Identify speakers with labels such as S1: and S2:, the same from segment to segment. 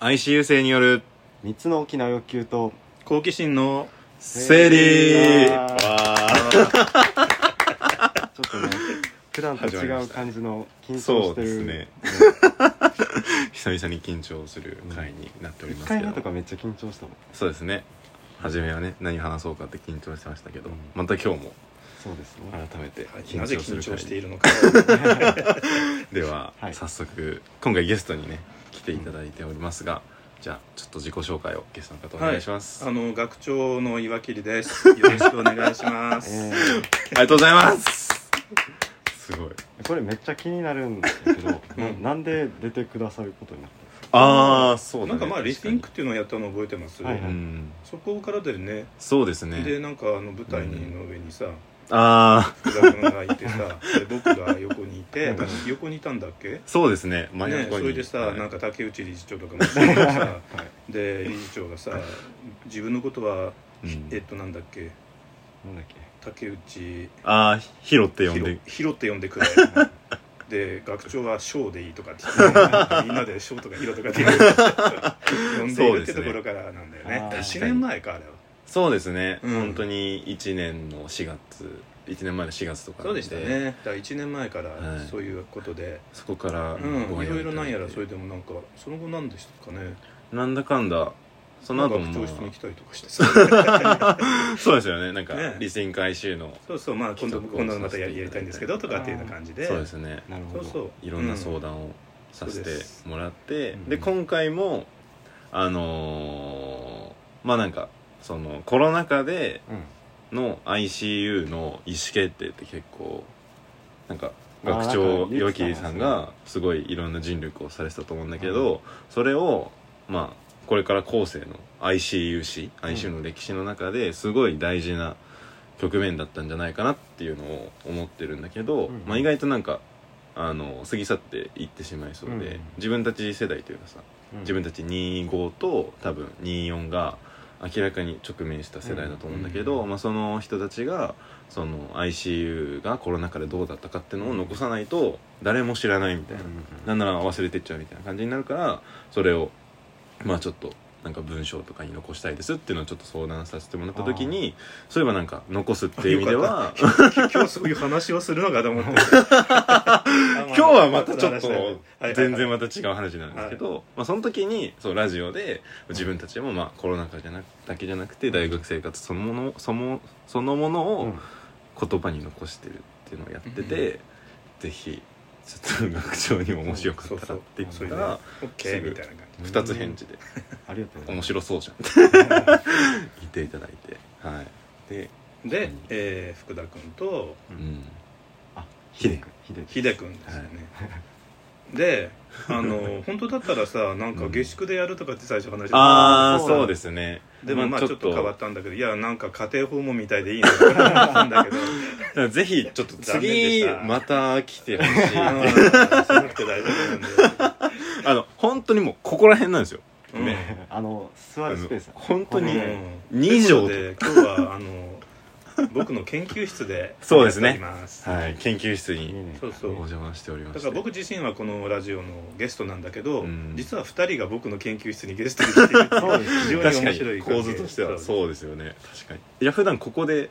S1: ICU 性による
S2: 3つの大きな欲求と
S3: 好奇心の
S1: 生理
S2: わー
S3: わ
S2: ちょっとね普段と
S1: 始まりま
S2: 違う
S1: した
S2: 感じの緊張
S1: そ
S2: し
S1: う
S2: て
S1: で
S2: る
S1: すね久々に緊張する回になっており
S2: 1
S1: ます
S2: 回
S1: け
S2: 目と
S1: ど
S2: かめっちゃ緊張したもん
S1: そうですね初めはね何話そうかって緊張してましたけど、
S3: うん
S1: また今日も
S2: そうですね
S1: 改めて
S3: ーなぜ緊張
S1: 回
S3: しているのか
S1: では、
S2: はい
S1: 早速今回ゲストにね来ていただいておりますが、じゃあちょっと自己紹介をゲストの方お願いします、
S3: あの学長の岩切ですよろしくお願いします
S2: え
S1: ありがとうございますすごい
S2: ー、 これめっちゃ気になるんだけど、
S3: うん
S2: なんで出てくださることになっ
S1: ああそうだ、ね、
S3: なんかまあリ
S1: 確か
S3: スティ
S1: に
S3: ンクっていうのをやったの覚えてます
S2: はいは
S1: う
S2: い
S1: ん
S3: そこからだよね
S1: そうですね
S3: でなんかあの舞台の上にさ
S1: ああ
S3: 福田君がいてさで僕が横にいて
S2: うん
S3: 横にいたんだっけ
S1: そうですね真
S3: ね、
S1: 横
S3: そ
S1: に
S3: れでさ、
S1: はい
S3: なんか竹内理事長とかもさ、はいで理事長がさ自分のことは、
S1: うん
S3: えっとなんだっけ
S2: たなんだっ
S3: 竹内
S1: ああヒロって呼ん
S3: ヒロ
S1: で
S3: ヒロって呼んでくれで学長は「ショーでいい」とかって言ってみんなで「ショー」とか「ヒロ」とかって言って呼んでいるってところからなんだよ
S2: そう
S3: ね
S2: です
S3: 1
S1: ねあー
S3: 年前かあれは
S1: そうですね、
S3: うん
S1: 本当に1年の4月1年前の4月とか
S3: そうでしたねだから1年前から
S1: はい
S3: そういうことで、
S1: そこから
S3: うん
S1: ご縁を
S3: いろいろなんや
S1: ただ
S3: ら
S1: いて
S3: それでもなんかその後何でしたかね
S1: なんだかんだその
S3: なんか
S1: 後
S3: 学
S1: も
S3: 長室に来たりとかして さ
S1: そうですよねなんか
S3: ね
S1: リスイン回収の
S3: そうそうまあ今度
S1: 企画を
S3: 今度またやりやりたいんですけどとかっていうような感じで
S1: そうですね
S2: けなるほ
S3: そ
S2: ど
S3: うそう
S1: いろんな
S3: う
S1: 相談をさせてもらって、
S2: うん
S1: で今回もあのーまあなんかそのコロナ禍で
S2: うん
S1: の ICU の意思決定って結構なんか
S2: あー
S1: 学長
S2: なんか
S1: 岩
S2: 言ってた
S1: 切さんがすごいいろんな尽力をされてたと思うんだけど、それをまあこれから後世の ICU 史 ICU の歴史の中ですごい大事な局面だったんじゃないかなっていうのを思ってるんだけど、
S2: うん
S1: まあ、意外となんかあの過ぎ去っていってしまいそうで、
S2: うん
S1: 自分たち世代というかさ
S2: うん
S1: 自分たち25と多分24が明らかに直面した世代だと思うんだけど、
S3: うんう
S1: まあ、その人たちがその ICU がコロナ禍でどうだったかっていうのを残さないと誰も知らないみたいな、なんなら忘れてっちゃうみたいな感じになるからそれをまあちょっとなんか文章とかに残したいですっていうのをちょっと相談させてもらった時にそういえばなんか残すっていう意味では
S3: 今日そういう話をするのかと思って
S1: 今
S3: 今
S1: 日はまたちょっと全然ま
S3: ま
S1: た違う話なんですけど、まあ、その時にそうラジオで自分たちもまあコロナ禍じゃなくだけじゃなくて大学生活そのものそのそのもの
S2: う
S1: を
S2: ん
S1: 言葉に残してるっていうのをやって
S3: うん
S1: て、ぜひちょっと学長にも面白かったらって言っ
S3: そうい
S1: た
S3: うね
S1: ら
S3: オッケーみたいな感
S2: そ
S1: 2
S2: う
S1: つ返事で
S2: ありがとう
S1: 「
S2: ござい
S1: 面
S2: ます
S1: 白そうじゃん」って言っていただいてはいで
S3: じで、えー福田君と
S1: うん
S2: あ
S1: ひで
S2: ひで
S3: 秀君ですよね、であ の本当だったらさなんか下宿でやるとかって最初話してた
S1: ああ
S2: そうだ
S1: そうですね
S3: でもまあちょっと変わ
S1: っ
S3: ったんだけどいやなんか家庭訪問みたいでいいなって思んだけど
S1: たぜひちょっと
S3: 残念でし
S1: 次
S3: た
S1: また来てほし い
S3: あーしなくて大丈夫なんで
S1: あの本当にもうここら辺なんですよ、
S3: うん
S1: ね
S2: あの座るスペース
S1: あの本当に
S2: この
S3: う
S2: ね
S3: ん
S1: 二
S3: というこ
S1: 畳
S3: とで今日はあの僕の研究室で
S1: そうですね
S3: やっております
S1: はい、研究室
S2: いい
S1: に
S2: ね
S3: そうそ
S1: お
S3: う
S1: 邪魔しておりま
S3: だ
S1: し
S3: から
S1: て
S3: 僕自身はこのラジオのゲストなんだけど、
S1: うん
S3: 実は2人が僕の研究室にゲストに来てるって い
S2: そう
S3: う
S2: ですね
S3: 非常に
S1: 確か
S3: 面白
S1: に
S3: い
S1: 構図としては
S3: う
S1: そうですよね確かにいや普段ここで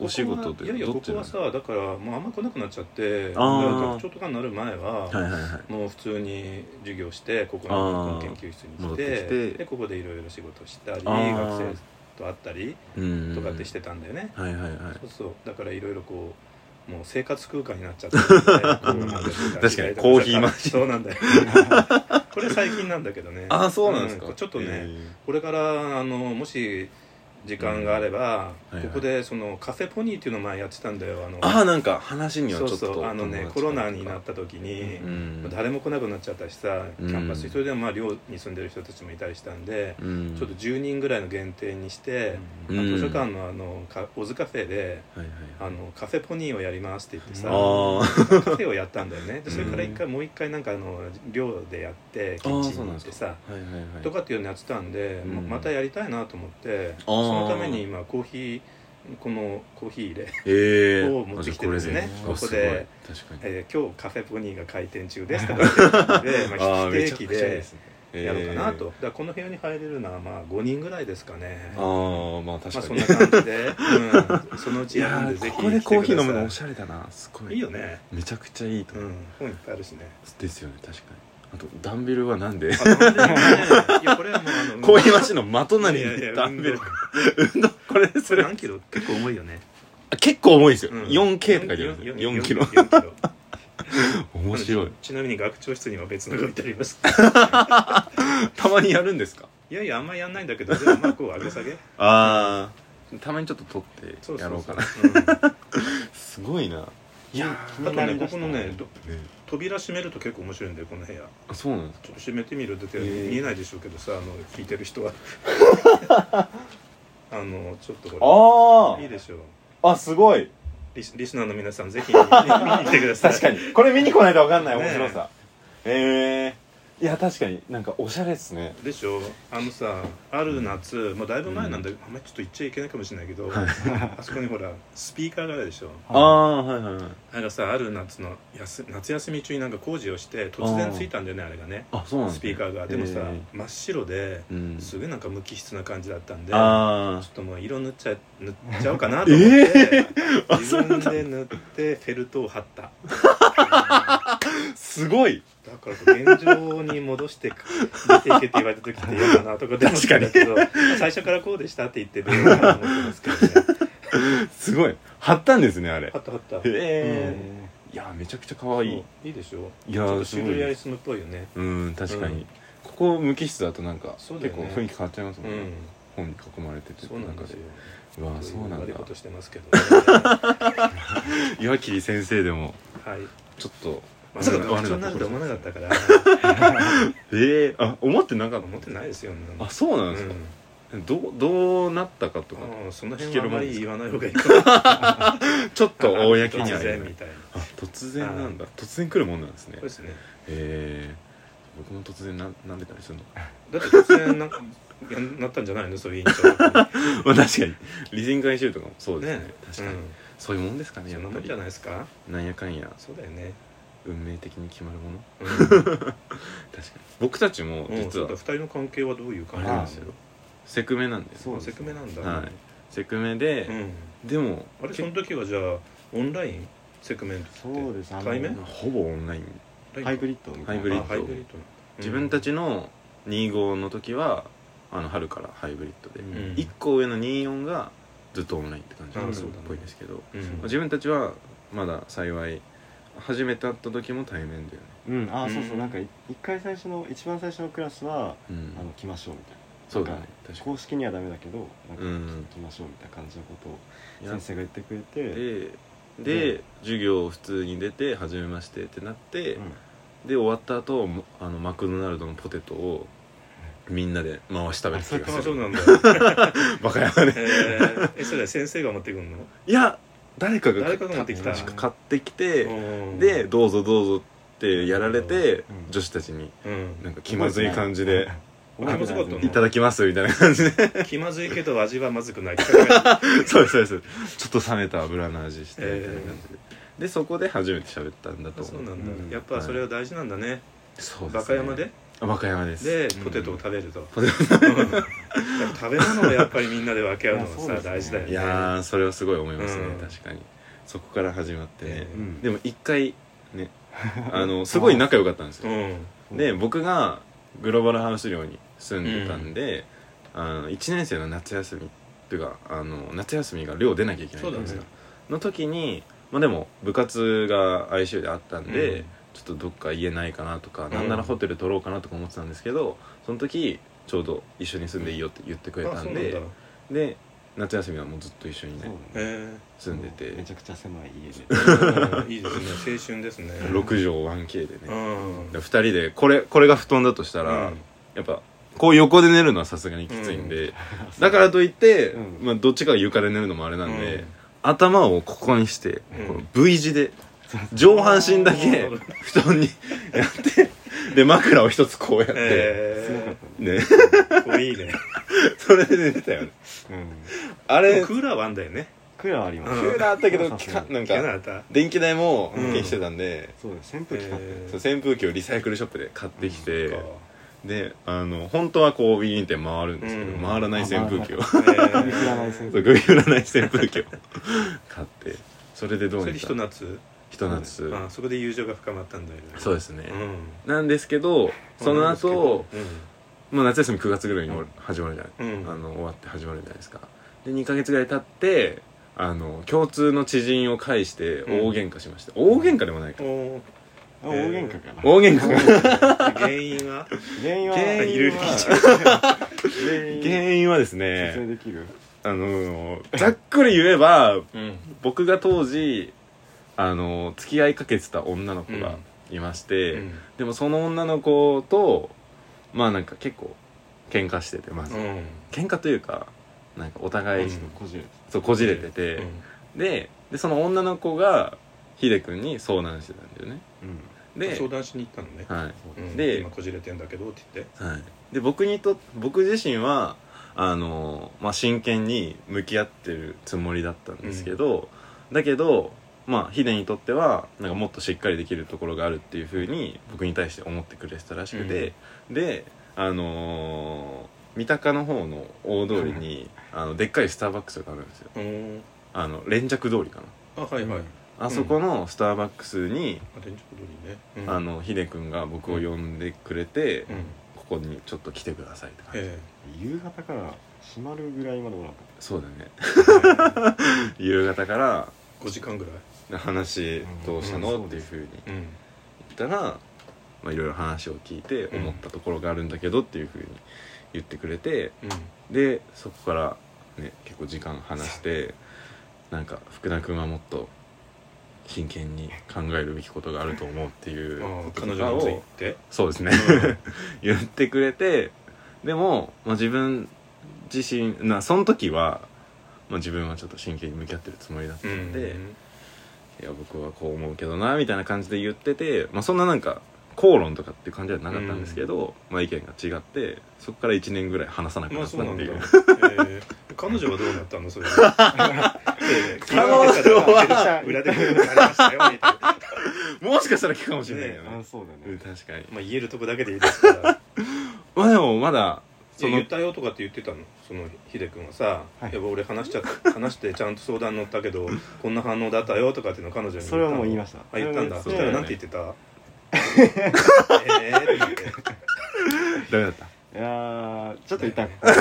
S1: お仕事
S3: ここ
S1: と
S3: はいやいう
S1: か
S3: や
S1: ど
S3: こ
S1: っち
S3: こ
S1: な
S3: は
S1: の
S3: さだからもうあんま来なくなっちゃって
S1: あー
S3: 学長とかになる前は、
S1: はいはいはい
S3: もう普通に授業してここ
S1: あー
S3: の研究室に
S1: 戻
S3: 来
S1: っててきて
S3: でここでいろいろ仕事したり学
S1: あー
S3: 生と会ったり
S1: うん
S3: とかってしてたんだよね、
S1: はいはいはい
S3: そうそうだからいろいろこうもう生活空間になっちゃった ので
S2: うん
S3: こうなん
S1: 確かにコーヒーマシン
S3: そうなんだよこれ最近なんだけどね
S1: ああそうなんですか、
S3: うちょっとね、
S1: え
S3: これからあのもし時間があれば、
S1: うんはいはい
S3: ここでそのカフェポニーっていうのを前やってたんだよあの
S1: ー、ああなんか話にはちょ
S3: そ
S1: っ
S3: う
S1: と
S3: そうあのね
S1: 友達
S3: コ
S1: と
S3: ロ
S1: か
S3: ナになった時に
S1: う、ん
S3: 誰も来なくなっちゃったしさキャンパス、
S1: うん
S3: それでまあ寮に住んでる人たちもいたりしたんで、
S1: うん
S3: ちょっと10人ぐらいの限定にして、
S1: うん
S3: 図書館のあのかオズカフェで
S1: はいはい
S3: あのカフェポニーをやりますって言ってさ、
S1: ああ
S3: カフェをやったんだよねでそれから
S1: うん
S3: 一回もう一回なんかあの寮でやってキッチンに行ってさ
S1: はいはいはい
S3: とかっていうのやってたんで、
S1: うん
S3: ままたやりたいなと思って
S1: あー
S3: そのために今コーヒーこのコーヒー入れ、
S1: ええ
S3: を持ってきてですねここで
S1: 確かに
S3: えー今日カフェポニーが開店中ですとかって言ってま あ、
S1: ー
S3: 不定期
S1: めちゃくちゃいいね
S3: でやろうかな
S1: え
S3: と、だからこの部屋に入れるのはまあ5人ぐらいですかね
S1: ーああまあ確か
S3: まあそ
S1: に、
S3: んな感じ で、うん、そのう
S1: い
S3: ち
S1: や
S3: 選んでぜ
S1: ー
S3: ひ
S1: ここでコーヒー飲むのお
S3: 来て
S1: しゃれだなすご
S3: くださ
S1: い
S3: いいいよね
S1: めちゃくちゃいいと
S3: う
S1: 思う、
S3: ん本いっぱいあるしね
S1: ですよね確かにあとダンベルはなんで
S3: あでもねいやこれはもうあの
S1: コーヒーマシンの的なり
S3: いやいや
S1: にダンベル
S3: 運動
S1: 運動これそ
S3: それ
S1: れ
S3: 何キロ結構重いよね、
S1: あ結構重いですよ、
S3: うん
S1: 4K とか書いてます
S3: よ
S1: 4キロ
S3: んよんよんキロ
S1: 面 白い
S3: ちなみに学長室には別のが置いてあります
S1: たまにやるんですか
S3: いやいやあんまやんないんだけどでもまあこう上げ下げ
S1: ああたまにちょっと撮ってやろうかな
S3: そうそうそう
S1: すごいな
S2: ういや
S3: うんあとねここのねど
S1: ね
S3: 扉閉めると結構面白いんだよこの部屋
S1: あそうなんです
S3: ちょっと閉めてみるだって
S1: えー
S3: 見えないでしょうけどさあの聞いてる 人はあのちょっとこ
S2: あ
S3: れいいでしょう
S2: ああすごい
S3: リスリスナーの皆さんぜひ見に来てください
S2: 確かにこれ見に来ないと分かんない
S3: ね
S2: 面
S3: え
S2: 白さええいや確かになんかおしゃれっすね
S3: でしょあのさある夏、まあ、だいぶ前なんで、あんまりちょっと言っちゃいけないかもしれないけど、 あそこにほらスピーカーがあるでしょ
S1: ああはいはいはい
S3: あれがさある夏の休夏休み中になんか工事をして突然ついたんだよねあれがね
S1: あそうなんです
S3: スピーカ
S1: ー
S3: ーがでもさ、
S2: え
S3: 真っ白で
S1: うん
S3: すごいなんか無機質な感じだったんで
S1: あ
S3: ちょっともう色塗っちゃ塗っちゃおうかな と思って、自分で塗ってフェルトを貼った
S1: あすごい
S3: だから現状に戻して出ていけって言われた時って嫌だなとかでも
S1: 確かに
S3: けど最初からこうでしたって言って出ようかなと思ってますけどね
S1: すごい貼ったんですねあれ
S3: 貼った貼った
S1: へえ
S2: え
S1: いやめちゃくちゃ可愛い
S3: いいでしょ
S1: い
S3: ち
S1: や
S3: ょっ
S1: ー
S3: と
S1: す
S3: シ
S1: ご
S3: ル
S1: い
S3: リア
S1: で
S3: リ
S1: す
S3: スムっぽいよね
S1: うん確か
S3: う
S1: に
S3: ん
S1: ここ無機質だとなんか結
S3: そ
S1: 構
S3: うだよね
S1: 雰囲気変わっちゃいますも
S3: うん
S1: ね
S3: ん
S1: 本に囲まれてて
S3: そうなんですよ
S1: うわーそうなん
S3: 悪い
S1: だ
S3: ことしてますけど
S1: 岩切先生でも
S3: はい
S1: ちょっと
S3: まさか学長になると思わなかったから
S1: ええあ思ってなかった
S3: 思ってないですよね
S1: あそうなん
S3: う
S1: ですか、
S3: ん
S1: どうどうなったかとか
S3: ああその
S1: 聞
S3: 辺
S1: け
S3: はあ
S1: るもん
S3: ま
S1: です
S3: り
S1: か
S3: 言わない方がいいかも
S1: ちょっと公には
S3: 突
S1: 言え
S3: 然
S1: ない
S3: みたいな
S1: あ突然なんだ突然来るもんなんですね
S3: そうですね
S1: えー、僕も突然ななんでたりする の
S3: だって突然なんかやんなったんじゃないのそういう委員長が
S1: まあ確かに理人回収とかもそうですね
S3: ね
S1: 確かに、そういうもんですか
S3: うん、
S1: ね
S3: そ
S1: や
S3: ん
S1: っぱ
S3: なもん
S1: り
S3: じゃないですか
S1: なんやかんや
S3: そうだよね、
S1: 運命的に決まるもの
S3: うん、
S1: 確かに僕たちも
S3: もう
S1: 実
S3: ちょ
S1: は
S3: っと2人の関係はどういう感じ
S1: あれ
S3: な
S1: なんん
S3: で
S1: ですよ
S3: すよ
S1: セクメなんで
S2: そうです
S3: セクメなんだ、
S1: はいセクメで
S3: う、ん、
S1: でも
S3: あれその時はじゃあオンラインセクメントって
S2: そうですあの
S3: 対面
S1: まあほぼオンライン
S2: ハイブ
S3: リッ
S2: リッドみた
S1: ハ
S2: い
S1: イ
S2: な
S1: ブリッド
S3: あハイブリッド
S1: 自分たちの25の時はあの春からハイブリッドで、
S2: うん
S1: 1個上の24がずっとオンラインって感じ
S3: あ
S1: っ
S3: そうだね
S1: ぽいですけど、
S3: うん
S1: まあ自分たちはまだ幸い初めて会った時も対面だよね、
S2: うんあ
S3: う
S2: ー
S3: ん
S2: そうそうなんかい一回最初の一番最初のクラスは
S1: うん
S2: あの来ましょうみたいな
S1: そうだね確か
S2: 公式にはダメだけどなん
S1: う
S2: か
S1: ん
S2: 来ましょうみたいな感じのことを
S1: にや
S2: 先
S1: っ
S2: 生が言ってくれて
S1: てで、授業普通に出て初めましてってなって、
S2: うん
S1: で終わった後もあのマクドナルドのポテトをみんなで回し食べた気
S3: あ
S1: がす
S3: そう
S1: る
S3: なんだ
S1: バカやね
S3: えーえそれは先生が持ってくんの
S1: いや誰かが
S3: 誰かが持ってきた
S1: 確か買ってきて、
S3: うん
S1: で「どうぞどうぞ」ってやられて、
S2: うん
S1: 女子たちに
S3: うん
S1: なんか気まずい感じで
S2: 覚えてない
S3: あ気まず
S1: 「
S3: かっ
S1: いただきます」みたいな 感じで
S3: 気まずいけど味はまず くない
S1: そうですそうですちょっと冷めた油の味してみたいな
S3: えー
S1: 感じで、でそこで初めて喋ったんだと
S3: そう
S1: 思う
S2: う
S3: な
S2: んん
S3: だやっぱそれは大事なんだね、
S1: そうですね
S3: バカ山で
S1: あ和歌山です
S3: で
S1: うん
S3: ポテトを食べると、
S1: ポテ
S3: うんやっぱ食べ物をやっぱりみんなで分け合うの
S2: いやそ
S3: も
S2: うです
S3: さ、
S2: ね
S3: 大事だよね
S1: いやーそれはすごい思いますね、
S3: うん
S1: 確かにそこから始まってね
S3: え、
S2: うん
S1: でも一回ねあのすごい仲良かったんですよ
S3: うん
S1: で僕がグローバルハウス寮に住んでたんで、あの1年生の夏休みっていうかあの夏休みが寮出なきゃいけないじゃないですか、
S3: そう
S1: の時にまあでも部活が ICU であったんで、
S3: うん
S1: ちょっとどっか家ないかなとか、
S3: ん
S1: なんならホテル取ろうかなとか思ってたんですけどその時ちょうど一緒に住んでいいよって言ってくれ
S3: あ
S1: た
S3: そうんなん
S1: で
S3: だ
S1: で夏休みはもうずっと一緒に
S2: そう
S1: ね
S2: だね
S3: え
S1: 住んでて
S2: めちゃくちゃ狭い家で
S3: ーうんいいですね青春ですね
S1: 6畳 1K でね、
S3: うん
S1: で2人でこれこれが布団だとしたら、
S3: うん
S1: やっぱこう横で寝るのはさすがにきついんで、 だからといって、
S2: うん
S1: まあ、どっちかが床で寝るのもあれなんで、
S3: うん
S1: 頭をここにして、
S3: うん
S1: この V 字で上半身だけ
S3: うん
S1: 布団に やってで枕を一つこうやって、
S2: すごかっ
S3: え
S2: たね
S1: ね
S3: ーこれいいね
S1: それで寝てたよね
S2: うん
S1: あ
S3: で
S1: れ
S3: もクーラーはあんだよね
S2: クーラーありま
S1: ク
S2: す
S1: ーラーあったけど
S2: そう
S1: き
S2: そう
S1: かなん
S3: 聞かな
S1: か
S3: かった
S1: 電気代も
S3: うん
S1: 消してたんで、
S2: そうです扇風機買って
S3: えー
S1: そう扇風機をリサイクルショップで買ってきて、
S3: そっか
S1: であの本当はこうビーンって回るんですけど、
S3: うん
S1: 回らない扇風機を
S2: 見切らない先
S1: そう
S2: 生
S1: 首占い扇風機を買ってそれでど
S3: そうれ
S1: に
S3: で
S1: か
S3: ひと夏
S1: ひと夏
S3: あそこで友情が深まったんだよね
S1: そうですね
S3: う、ん
S1: なんですけどその後、
S3: う
S1: まあ、夏休み9月ぐらいに
S3: うん
S1: 始まるじゃない、
S3: んうん、
S1: あの終わって始まるじゃないですかで2ヶ月ぐらい経ってあの共通の知人を介して大喧嘩しました、大喧嘩でもないか
S3: おー
S2: あ大喧嘩かな
S1: 大喧嘩
S3: 原因は
S2: 原因は
S1: 原因はいい
S2: ろ
S1: ろい
S2: いろ
S1: ろ
S2: 聞
S1: 聞
S2: い
S1: い
S2: ち
S1: ち
S2: ゃ
S1: ゃ
S2: う原因
S1: 原因はです
S2: 説
S1: ね
S2: 明できる
S1: あのざっくり言えば
S3: うん
S1: 僕が当時あの付き合いかけてた女の子がいまして、
S3: うん
S1: でもその女の子とまあなんか結構喧嘩しててまず、
S3: うん
S1: 喧嘩というかなんかお互い、
S3: うん
S2: こじれ
S1: そうこじれてて、ででその女の子がヒデ君に相談してたんだよね
S2: うん
S1: で
S3: 相談しに行ったのね、
S1: はい
S3: うん
S1: で
S3: 今こじれてんだけどって言って
S1: はい、で僕にと僕自身はあの、まあ、真剣に向き合ってるつもりだったんですけど、だけど、まあ、ヒデにとってはなんかもっとしっかりできるところがあるっていうふうに僕に対して思ってくれてたらしくて、であのー三鷹の方の大通りに、あのでっかいスターバックスがあるんですよ
S3: うん
S1: あの連着通りかな
S3: あはいはい、
S1: あそこのスターバックスに、
S3: あ連続通りね、うん
S1: あのヒデ君が僕を呼んでくれて、
S3: うん
S1: ここにちょっと来てくださいって感じ、
S3: え
S2: 夕方から閉まるぐらいまでもなかっ
S1: そうだね
S3: え5
S1: 夕方から
S3: 時間ぐらい
S1: 話どうした
S3: うん
S1: の、
S2: うん
S1: っていうふうに
S3: うん
S1: 言ったら、まあ、いろいろ話を聞いて
S3: うん
S1: 思ったところがあるんだけどっていうふうに言ってくれて
S3: うん
S1: でそこから、ね、結構時間話してなんか福田君はもっと真剣に考えるべきことがあると思うっていう
S3: ああ
S1: ことと
S3: 彼女
S1: か
S3: につい
S1: を
S3: て
S1: そうですね言ってくれてでも、まあ、自分自身なその時は、まあ、自分はちょっと真剣に向き合ってるつもりだった
S3: うんん
S1: で。いや僕はこう思うけどなみたいな感じで言ってて、まあ、そんななんか口論とかっていう感じではなかったんですけど、まあ、意見が違ってそこから1年ぐらい話さなく
S3: ま
S1: な
S3: あ
S1: っ
S3: そ
S1: た
S3: う
S1: っ
S3: なん
S1: て
S3: だ、
S1: い
S3: え
S1: う,、
S3: え彼女はどうなったのそれええ
S1: 彼女
S2: は
S3: 裏でありましたよみたいな
S1: もしかしたら聞くかもしれないよ
S2: た
S1: ね
S2: あそうだ
S1: うん
S2: ね
S1: 確かに
S3: まあ言えるとこだけでいいですから
S1: まあでもまだ
S3: そ
S1: そ
S3: の
S1: の
S3: 言ったよとかって言ってたのそのひで君はさ、
S2: はい
S3: やっぱ俺話しちゃった話してちゃんと相談乗ったけどこんな反応だったよとかっていうの彼女に言ったの
S2: それはもう言いました
S3: あ言ったんだ
S2: そ
S3: そ
S2: れ
S3: し
S2: は
S3: たら
S2: 言
S3: な
S2: っ
S3: ん
S2: て
S3: て言ってた
S1: ダ
S3: ええって言って
S1: メだった
S2: いやーちょっと痛く
S3: うんまあ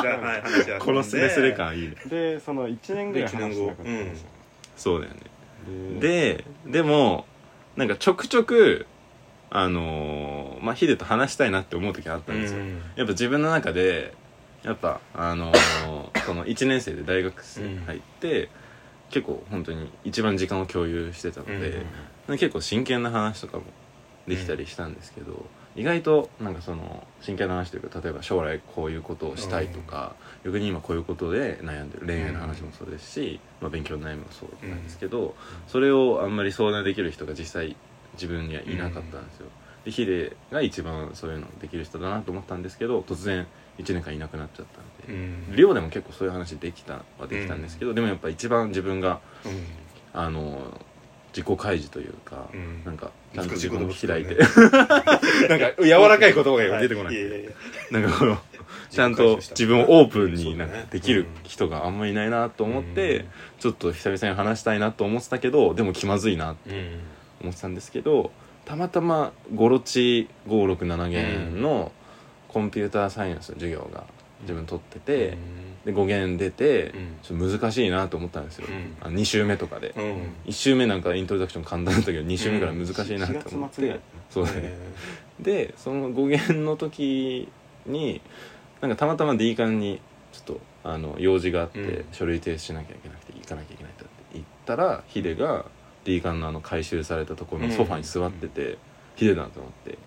S3: じゃあはい話は
S1: このスレスレ感いいね
S2: でその1年ぐらい話してなかったんですよ
S1: そうだよね
S2: で
S1: ででもなんかちょくちょくあのーまあヒデと話したいなって思う時があった
S3: うん
S1: ですよ、
S3: ん
S1: やっぱ自分の中でやっぱあのー その1年生で大学生入って、結構本当に一番時間を共有してたので、なんか結構真剣な話とかもできたりしたんですけど、意外となんかその真剣な話というか例えば将来こういうことをしたいとか、逆に今こういうことで悩んでる恋愛の話もそうですし、まあ、勉強の悩みもそうなんですけど、それをあんまり相談できる人が実際自分にはいなかったんですよ、でヒデが一番そういうのできる人だなと思ったんですけど突然1年間いなくなっちゃったん
S3: う
S1: で、
S3: ん
S1: 寮でも結構そういう話できたはできたんですけど、でもやっぱ一番自分が
S3: うん
S1: あの自己開示というか、
S3: うん
S1: なんかちゃんと自分を
S3: 難しい言葉
S1: 開いて、
S3: で
S1: なんか柔らかい言葉が今出てこない、
S3: はややや
S1: なんかこのちゃんと自分をオープンになんかできる人があんまりいないなと思って、
S3: うん
S1: ちょっと久々に話したいなと思ってたけどでも気まずいな
S3: うん
S1: 思ってたんですけどたまたまゴロチ567弦のコンピューターサイエンスの授業が自分取ってて、で5弦出て、
S3: うん
S1: ちょっと難しいなと思ったんですよ、
S3: うん
S1: あの2週目とかで、
S3: うんうん
S1: 1週目なんかイントロダクション簡単だったけど2週目から難しいなと思っ
S2: 4月末
S1: て、
S2: ぐらい
S1: そうだね、
S3: え
S1: でその語源の時になんかたまたま D 館にちょっとあの用事があって、
S3: うん
S1: 書類提出しなきゃいけなくて行かなきゃいけないって言ったらヒデが D 館のあの回収されたところのソファに座ってて、ヒデだと思ってちょ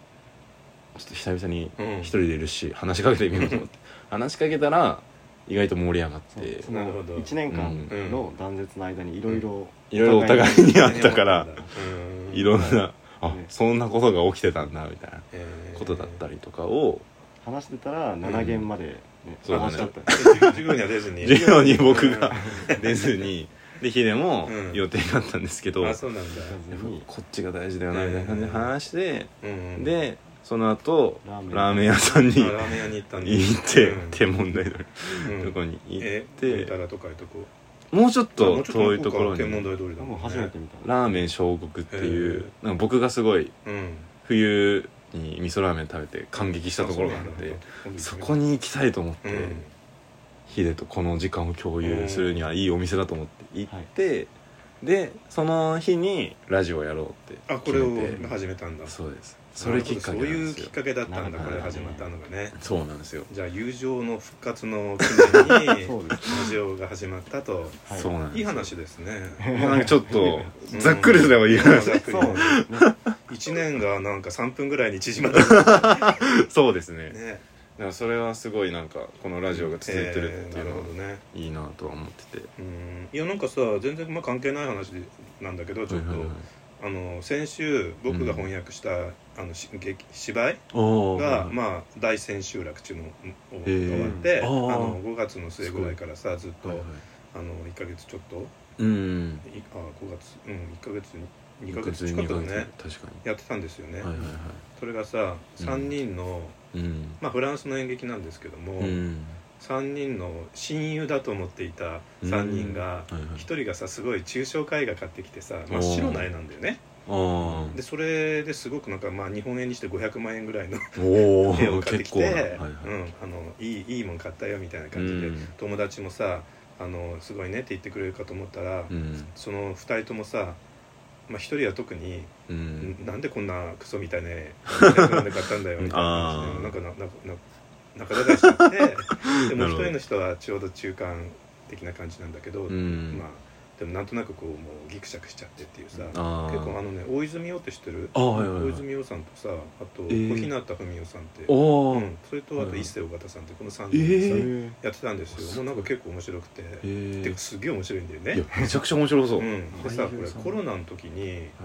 S1: っと久々に
S3: うん
S1: 一人でいるし話しかけてみようと思って話しかけたら意外と盛り上がっ
S2: そう
S1: て
S2: その
S3: なるほど
S2: 1年間の断絶の間にいろいろ
S1: いろいろお互いにあったから
S3: うん
S1: いろんな、あ
S2: ね
S1: そんなことが起きてたんだみたいな
S3: えー
S1: ことだったりとかを
S2: 話してたら7限までね
S1: そうだね
S2: 話しちゃった
S3: 授業には出ずに
S1: 授業に僕が出ず にでヒデも
S3: うん
S1: 予定だったんですけど、
S3: あ
S1: こ
S3: そうなんだ
S2: 行かずに
S1: っちが大事だよなみたいな感じで話して、
S3: うんうん
S1: でその後
S2: ラーメン
S1: ラーメン屋さんに
S3: あラーメン屋に行ったんで
S1: 行って
S3: うん
S1: 天文台の
S3: うん
S1: とこに行っ
S3: え
S1: て
S3: たらとかいうとこ
S1: もうちょっ
S3: あも
S1: と
S3: うちょっ
S1: 遠いところ
S3: 向うから天文
S1: に
S3: 台通りだ
S2: で
S3: もん、
S2: も
S3: ね、
S2: 初めて見た
S1: ラーメン小国ってい
S3: へ
S1: うなんか僕がすごい
S3: うん
S1: 冬に味噌ラーメン食べて感激したところがあってそこ
S3: に
S1: に行きたいと思っ
S3: う
S1: て、
S3: ん
S1: ヒデとこの時間を共有するにはいいお店だと思って行って、でその日にラジオやろうって
S3: あこれを始めたんだ
S1: そうですそれきっかけ
S3: なるほどそう
S1: なんです
S3: いうきっ
S1: よ
S3: かけだったん
S2: なる
S3: だこ
S2: ほど
S3: れ始まったのがね
S1: そうなんですよ、
S3: じゃあ友情の復活の記念に
S2: そうです
S3: ラジオが始まったと
S2: はい
S1: そうなんです
S3: いい話ですね
S1: なんかちょっ と
S3: う ん
S1: ざっくりすればいい話
S3: ざっくり
S2: そうですね
S3: 1年がなんか3分ぐらいに縮まった
S1: そうですね
S3: ね
S1: だからそれはすごいなんかこの ラジオが続いてる
S3: え
S1: っ
S3: ー
S1: てい
S3: な
S1: う
S3: る
S1: の
S3: ほ
S1: は
S3: どね
S1: いいなとは思ってて
S3: うんいやなんかさ全然まあ関係ない話でなんだけどちょっと、
S1: はいはいはい
S3: あの先週僕が翻訳した、あのし劇芝居
S1: おー
S3: が、
S1: はいはい
S3: まあ大千秋楽っていうのを
S1: へ
S3: 終
S1: ー
S3: わって、
S1: あ
S3: あ
S1: ー
S3: の5月の末ぐらいからさずっと、
S1: はいはい
S3: あの1か月ちょっと
S1: うん
S3: いあ5月うん1か月2か月近くだ
S1: 二ヶ
S3: ね
S1: 月確か
S3: やってたんですよね、
S1: にはいはいは
S3: それがさ
S1: うん
S3: 3人の、
S1: いうん
S3: まあフランスの演劇なんですけども、
S1: うん
S3: 3人の親友だと思っていた3人が、
S1: はいはい
S3: 1人がさすごい抽象絵画買ってきてさ真っ白な絵なんだよね
S1: あー
S3: でそれですごくなんかまあ日本円にして500万円ぐらいの
S1: お
S3: 絵を
S1: お
S3: 買って
S1: 結
S3: き
S1: 構
S3: て、
S1: なはいはい
S3: うん、あのいいいいもん買ったよみたいな
S1: う
S3: 感じで、
S1: ん
S3: 友達もさあのすごいねって言ってくれるかと思ったら、
S1: うん
S3: その2人ともさ、まあ、1人は特に、
S1: うん
S3: なんでこんなクソ みたいな絵500万円で買ったんだよみたいな感じ
S1: あー
S3: でなんかななんかな仲違いしちゃっ てでも
S1: な
S3: う
S1: るほ
S3: 1
S1: ど
S3: 人の人はちょうど中間的な感じなんだけど、
S1: うん
S3: まあでもなんとなくこうもうギクシャクしちゃってっていうさ
S1: あー
S3: 結構あのね大泉洋って知ってる
S1: あはいはいはい
S3: 大泉洋さんとさあと小
S1: ー
S3: 日向文世さんって、
S1: お
S3: う
S1: お
S3: ん、それと
S1: は
S3: あと
S1: いはい
S3: 一世尾形さんってこの3
S1: え
S3: 人さ、
S1: ー
S3: やってたんですよもうなんか結構面白くて、
S1: えー
S3: てかすげえ面白いんだよ
S1: いや
S3: ね、、
S1: めちゃくちゃ面白そううん
S3: でさ
S2: 俳
S3: こ
S2: 優
S3: れ
S2: さん
S3: コロナの時に
S1: あ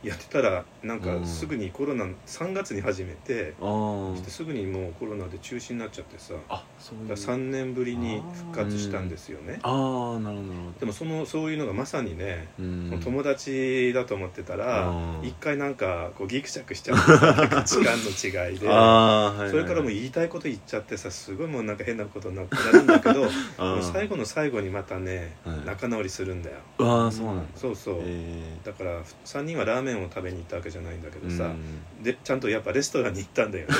S3: やってたらなん
S1: う
S3: か
S1: ん
S3: すぐにコロナ3月に始めて、
S1: あー
S3: そしてすぐにもうコロナで中止になっちゃってさだか
S1: あそういう
S3: ら3年ぶりに復活したんですよね
S1: ああなるほどなるほ
S3: でもそのそういうのがまさにね
S1: どうん
S3: 友達だと思ってたら
S1: うん
S3: 一回なんかこうギクシャクしちゃってさなんか時間の違いで
S1: あーはいはいはい
S3: それからもう言いたいこと言っちゃってさすごいもうなんか変なことになってなるんだけど
S1: あ
S3: も
S1: ー
S3: う最後の最後にまたね
S1: はい
S3: 仲直りするんだよ
S1: うわあそうなんだ
S3: そうそう
S1: え
S3: だから3人はラーメンを食べに行ったわけじゃないんだけど
S1: ーう
S3: さ
S1: ん
S3: でちゃんとやっぱレストランに行った んだよね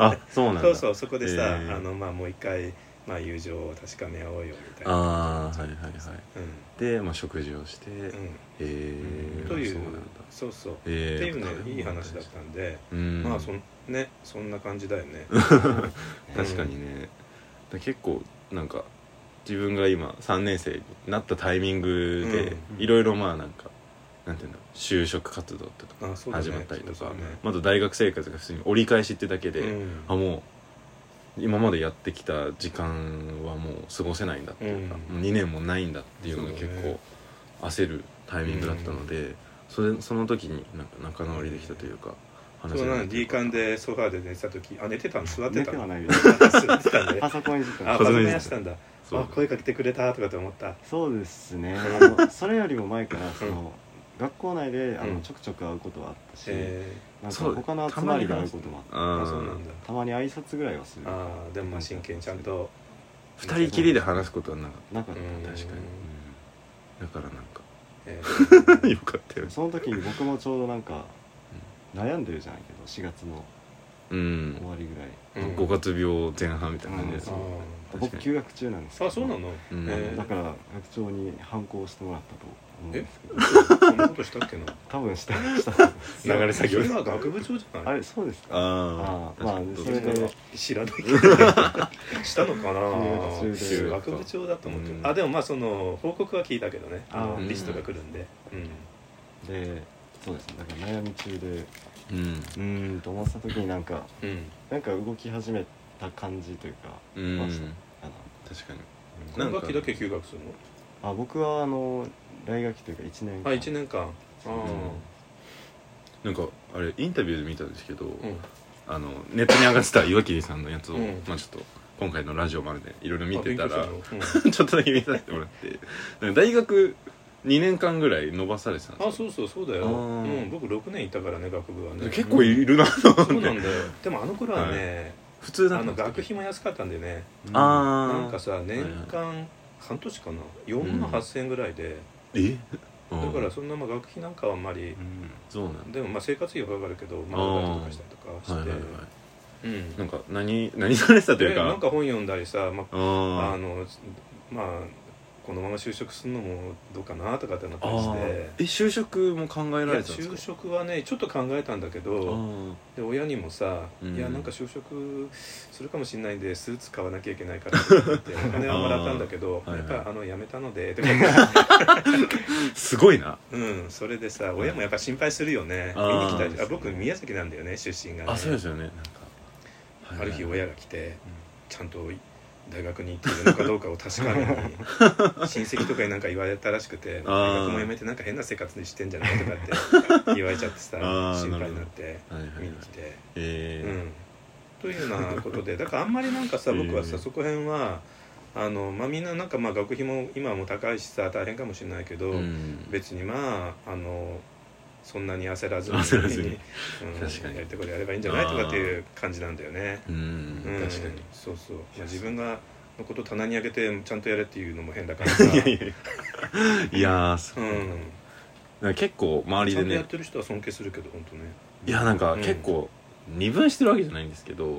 S1: あそうなんだ
S3: そうそうそこでさ
S1: えー
S3: あのまあもう一回まあ友情を確かめ合おうよみたいな
S1: ああはいはいはい
S3: うん
S1: でまあ食事をして
S3: うん
S1: えー
S3: という
S1: そうなんだ
S3: そうそう
S1: えー
S3: っていうねいい話だったんで
S1: うん
S3: まあそんねそんな感じだよね
S1: 確かにねだ結構なんか自分が今3年生になったタイミングで
S2: うん
S1: いろいろまあなんかなんていうんだろう就職活動と
S3: あ
S1: か
S3: そうだね
S1: 始まったりと
S3: そう
S1: か
S3: だね
S1: まだ大学生活が普通に折り返しってだけ
S3: う
S1: で
S3: ん
S1: あもう今までやってきた時間はもう過ごせないんだっていうか
S3: うん
S1: もう2年もないんだっていうのが
S3: そうだ
S1: 結
S3: ね
S1: 構焦るタイミングだったのでそれその時になんか仲直りできたというか話
S3: そう
S1: が
S3: な
S1: で
S3: の
S1: きて
S3: D 館でソファーで寝てた時あ寝てたの座って
S2: 寝
S3: た
S2: て
S3: の
S2: はないよ
S3: 座ってた ね
S2: パソコンいじって
S3: あ
S2: ます
S3: パソコンやってたんだ
S1: そう
S3: あ声かけてくれたとかって思った
S2: そうですねあのそれよりも前からその学校内であ
S3: う
S2: の
S3: ん
S2: ちょくちょく会うことはあったし
S3: え
S2: なんか
S1: そう
S2: 他の集まりで会うこともあった
S3: ー
S1: あ
S3: あ
S1: ー
S3: そうなんだ
S2: たまに挨拶ぐらいはするな
S3: あーでもまあ真剣にちゃんと
S1: 二人きりで話すことはなかっ
S2: かっ
S3: うん
S1: た確かにだからなんか
S3: え
S1: よかったよ
S2: たその時に僕もちょうどなんか悩んでるじゃないけど4月の
S1: うん
S2: 終わりぐらい
S3: ーうん
S1: 五月病前半みたいな感じで
S2: 月
S1: す
S3: あ
S1: 確
S3: ー
S1: かに
S2: 僕休学中なんですけど
S3: あそうなの
S1: うん
S3: えー
S2: だから学長に反抗してもらったと思うんですけど
S3: そんなことしたっけな
S2: 多分したしたと思います
S1: 流れ作業
S3: それは学部長じゃ
S2: あ
S3: ない
S2: れそうですか
S1: あ
S2: あーまあ
S1: あ
S2: それで
S3: 知らないけど したのかな
S1: 学
S2: 中
S3: 学部長だと思ってる
S1: うん
S3: あでもまあその報告は聞いたけどねあ
S2: あ
S3: の
S2: ー
S3: リストが来るんでうん
S2: でそうですねだから悩み中でう
S1: うん
S2: ーんと思ってた時になんか
S3: うん
S2: なんか動き始めた感じというか
S1: うん
S2: まあそうあ
S1: 確かに
S3: この学期だけ休学するの
S2: のあ僕はあの来学期というか1年間
S3: あ一年間ああ
S1: なんかあれインタビューで見たんですけど
S3: うん
S1: あのネットに上がってた岩切さんのやつを
S3: うん
S1: まあちょっと今回のラジオまででいろいろ見てた
S3: あ
S1: ら
S3: 勉強し
S1: ちょっとだけ見させてもらってなんか大学2年間ぐらい伸ばされてたんで
S3: あ
S1: す
S3: そうそうそうだよ、
S1: あ
S3: う
S1: ー
S3: ん、僕6年いたからね学部はね
S1: よ結構いるなと思って
S3: そうなんだよでもあの頃はね、
S1: 普通だ
S3: あ
S1: った
S3: の
S1: んです
S3: 学費も安かったんでね
S1: あー
S3: なんかさ年間半年かな4万8000円ぐらいで、
S1: え
S3: だか
S1: う
S3: ら
S1: ん
S3: そんなまあ学費なんかはあんまり、
S1: そうなんだ
S3: でもまあ生活費はかかるけどまあ
S1: あー
S3: バイトとかしたりとかして、
S1: はいはいはい
S3: うん
S1: なんか何何されてたという
S3: で
S1: か
S3: なんか本読んだりさ、まああ
S1: あ
S3: のまあこのまま就職するのもどうかなとかってなっ
S1: あ
S3: たりし
S1: ー
S3: て
S1: え就職も考え
S3: い
S1: ら
S3: や
S1: れてたんですか
S3: 就職はねちょっと考えたんだけど
S1: あ
S3: で親にもさ、
S1: うん
S3: いやなんか就職するかもしれないんでスーツ買わなきゃいけないからって 言ってお金はもらったんだけど
S1: あーはい
S3: やっ
S1: はい
S3: ぱあの辞めたのでとか言 って
S1: ーすごいな
S3: うんそれでさ親もやっぱ心配するよね見
S1: あー
S3: に来たり
S1: そうですね
S3: あ僕宮崎なんだよね出身が、ね、
S1: あそうですよねなんかはい
S3: あ
S1: はい
S3: る日親が来て、ちゃんと大学に行っているのかどうかを確 かめに親戚とかになんか言われたらしくて
S1: あー
S3: 大学も辞めてなんか変な生活にしてんじゃないとかって言われちゃってさ
S1: あー
S3: 心配になって
S1: はいはいはい
S3: 見に来て、う
S1: え
S3: ん、というようなことでだからあんまりなんかさ僕は
S1: えー
S3: さそこ辺はあの、まあ、みんななんかまあ学費も今はもう高いしさ大変かもしれないけど、
S1: えうん
S3: 別にまああのそんなに焦らずに
S1: 焦らずに
S3: うん
S1: 確かに
S3: やりたいことやればいいんじゃないとかっていう感じなんだよね。
S1: うん
S3: うん
S1: 確かに
S3: そうそう、ま
S1: い
S3: あ、
S1: や
S3: 自分がのこと棚にあげてちゃんとやれっていうのも変だから
S1: いやいやいやいやーそううんなんか結構周り
S3: ちゃ
S1: で
S3: んとや
S1: ね
S3: ってる人は尊敬するけど本当ね
S1: いやなんか
S3: うん
S1: 結構二分してるわけじゃないんですけど、
S3: う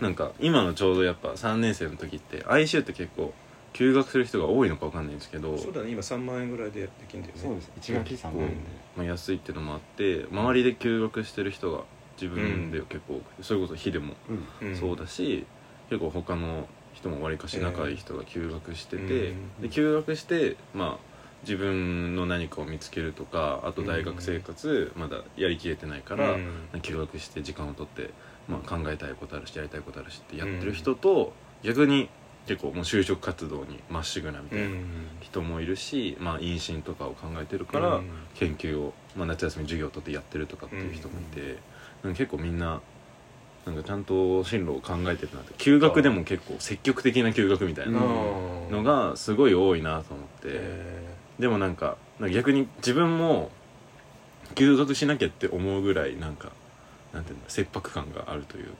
S1: なんか今のちょうどやっぱ3年生の時って ICU って結構休学する人が多いのかわかんないんですけど
S3: んそうだね今3万円ぐらいでできんだよね
S2: そうです一学期3万円で
S1: まあ、安いってのもあって周りで休学してる人が自分で結構多くて、それこそ日でも
S2: うん
S3: うん
S1: そうだし、結構他の人もわりかし仲いい人が休学してて、
S3: うん
S1: で休学してまあ自分の何かを見つけるとかあと大学生活まだやりきれてないから、
S3: うん
S1: 休学して時間を取って、まあ、考えたいことあるしやりたいことあるしってやってる人と、逆に結構もう就職活動にまっしぐなみた
S3: う
S1: いなん人もいるし、まあ、妊娠とかを考えてるから、
S3: うん
S1: 研究を、まあ、夏休み授業を取ってやってるとかっていう人もいて、なんか結構みんななんかちゃんと進路を考えてるなって休学でも結構積極的な休学みたい
S2: うん
S1: なのがすごい多いなと思って、
S3: え
S1: でもなんかなんか逆に自分も休学しなきゃって思うぐらいなんかなんていうの切迫感があるというか、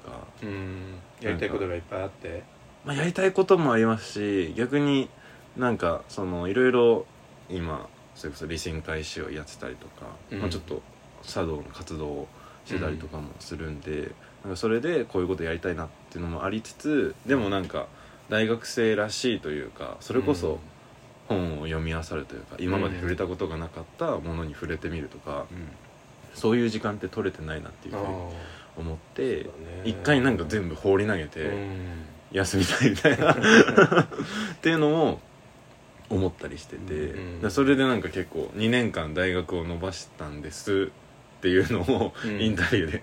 S3: ーうんやりたいことがいっぱいあって
S1: まあ、やりたいこともありますし逆になんかそのいろいろ今それこそ理心回収をやってたりとか、
S3: うん
S1: まあ、ちょっと茶道の活動をしてたりとかもするんで、なんかそれでこういうことやりたいなっていうのもありつつでもなんか大学生らしいというかそれこそ、本を読み漁るというか今まで触れたことがなかったものに触れてみるとか、そういう時間って取れてないなっていうふうに思って一回なんか全
S3: 部
S1: 部放り投げて休みたいみたい なっていうのを思ったりしてて、
S3: うん
S1: だからそれでなんか結構2年間大学を伸ばしたんですっていうのを、インタビューで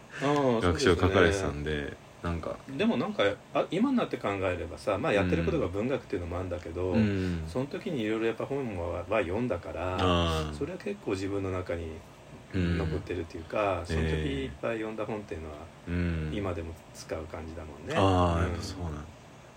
S1: 学習を書かれてたんでなんか、
S3: でもなんかあ今になって考えればさ、まあ、やってることが文学っていうのもあるんだけど、
S1: うん
S3: その時にいろいろやっぱ本はは読んだから
S1: あー
S3: それは結構自分の中に
S1: うん
S3: 残ってるっていうか、その時いっぱい読んだ本っていうのは
S1: うん
S3: 今でも使う感じだもんね。
S1: ああ、
S3: うん
S1: やっぱそうなん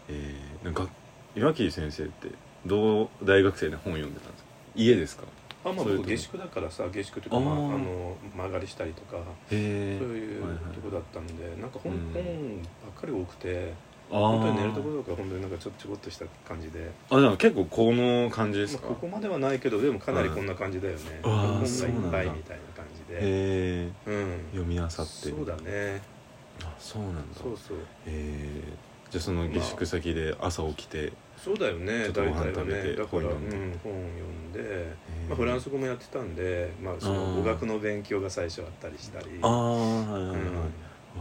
S1: えー、なんか岩切先生ってどう大学生で本読んでたんですか家ですか
S3: あま
S1: そ
S3: あ
S1: ういう
S3: 僕
S1: とこ
S3: 下宿だからさ下宿というか
S1: あー
S3: まあ、あの曲がりしたりとか
S1: へ
S3: そういう
S1: はいはい
S3: とこだったんで、なんか本,、
S1: うん
S3: 本ばっかり多くて
S1: あ
S3: 本当に寝るとこ
S1: ろ
S3: ろとか本当になんかちょっとちょこっとした感じで、
S1: あじゃあ結構この感じです
S3: まあ、
S1: か、
S3: ここまではないけどでもかなりこんな感じだよね、
S1: うんあー
S3: 本がい
S1: そうなんだ
S3: っぱいみたいな感じで、
S1: へえ
S3: うん、
S1: 読みあさって
S3: そうだね
S1: あそうなんだ
S3: そうそう
S1: えー、じゃあその下宿先で朝起きて、
S3: そうだよね
S1: ちょ
S3: 大
S1: っと
S3: 体
S1: ご
S3: は
S1: 飯
S3: ね
S1: 食べて
S3: だから、う
S1: 本
S3: ん、
S1: 読んで
S3: 本読んで、
S1: えー
S3: まあ、フランス語もやってたんで、まあ、
S1: あ
S3: その
S1: ー
S3: 語学の勉強が最初あったりしたり
S1: ああはいは
S3: う
S1: いはい、
S3: ん、
S1: あ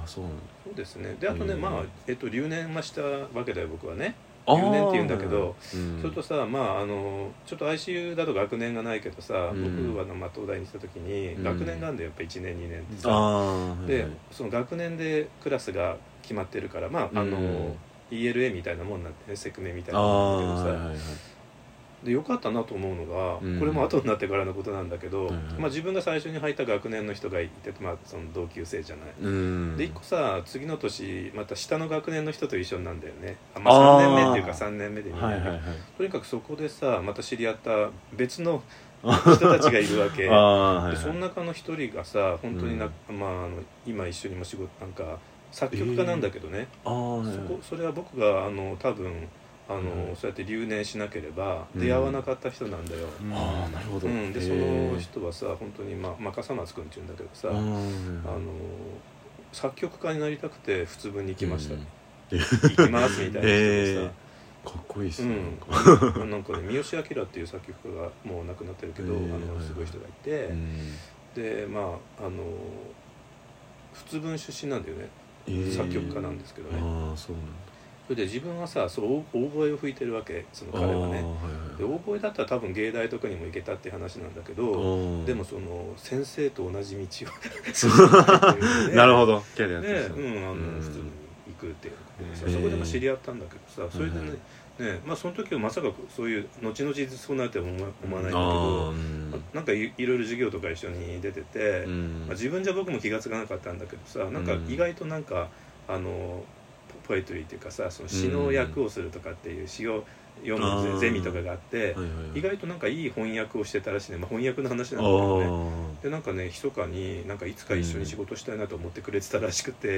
S1: そうなんだ
S3: そうですねであとね、
S1: うん
S3: まあ、えっと、留年はしたわけだよ僕はね、
S1: あー
S3: 留年って言うんだけど、
S1: うん
S3: それとさまああのちょっと ICU だと学年がないけどさ、
S1: うん
S3: 僕は、まあ、東大にした時に、
S1: うん
S3: 学年があるんだよやっぱ1年2年って
S1: あ
S3: さ
S1: あはいはい
S3: でその学年でクラスが決まってるからまああの、
S1: うん
S3: ELA みたいなもんなんでねセクメみたい
S1: あ
S3: なもん
S1: あ
S3: なんだ
S1: はいはい
S3: けどさ、
S1: はい
S3: で良かったなと思うの
S1: う
S3: が、
S1: ん
S3: これも後になってからのことなんだけど、
S1: はいはい
S3: まあ、自分が最初に入った学年の人がいて、まあ、その同級生じゃない、
S1: うん
S3: で一個さ次の年また下の学年の人と一緒なんだよねあ、ま
S1: あ
S3: あ、
S1: ー
S3: 3年目っていうか3年目でみんな
S1: はいはいはい
S3: とにかくそこでさまた知り合った別の人たちがいるわけ
S1: あーはいはい
S3: でその中の一人がさ本当にな、まあ、あの今一緒にも仕事なんか作曲家なんだけどね、
S1: あーはいはい
S3: そこそれは僕があの多分あの、
S1: うん
S3: そうやって留年しなければ
S1: うん
S3: 出会わなかった人なんだよ、
S1: あーなるほ
S3: う
S1: ど、
S3: んでそ
S1: 人
S3: の人はさ本当に、まあ、マカサマツ君っていうんだけどさ、
S1: あ
S3: あ
S1: ー
S3: の作曲家になりたくて普通分に行きました、
S1: うん
S3: 行きますみたいな人でさ、
S1: へかっこいいっす
S3: う
S1: ね、
S3: ん、あなんかね三好明っていう作曲家がもう亡くなってるけど、
S1: へー
S3: あのすごい人がいて、
S1: うん
S3: でまああの仏文出身なんだよね
S1: えー
S3: 作曲家なんですけどね、
S1: ああそうなん
S3: それで自分はさそうオオーボエを吹いてるわけその
S1: だ
S3: 彼はね
S1: あー
S3: でオーボエだったら多分芸大とかにも行けたって話なんだけどでもその先生と同じ道を
S1: なる
S3: ほ
S1: ほどキャリア
S3: ど
S1: と
S3: ね
S1: して
S3: うんあの
S1: うん
S3: 普通に行くっていう
S2: うん
S3: そこでまあ知り合ったんだけどさそれでね,、
S1: はいは
S3: ねまあ、その時はまさかそういう後々そうなるとは思わ思わないんだけ
S1: あー
S3: ど
S1: うん
S3: なんかいいろいろ授業とか一緒に出てて、
S1: うん
S3: まあ、自分じゃ僕も気が付かなかったんだけどさなんか意外となんか、あのポポエトリーっていうかさその詩の訳をするとかっていう詩を読
S1: あ
S3: む
S1: ー
S3: ゼゼミとかがあって
S1: はいはいはい
S3: 意外となんかいい翻訳をしてたらしいね、まあ、翻訳の話なんだけどね
S1: ああ
S3: でなんかね密かになんかいつか一緒に仕事したいなと思ってくれてたらしくて、
S1: へ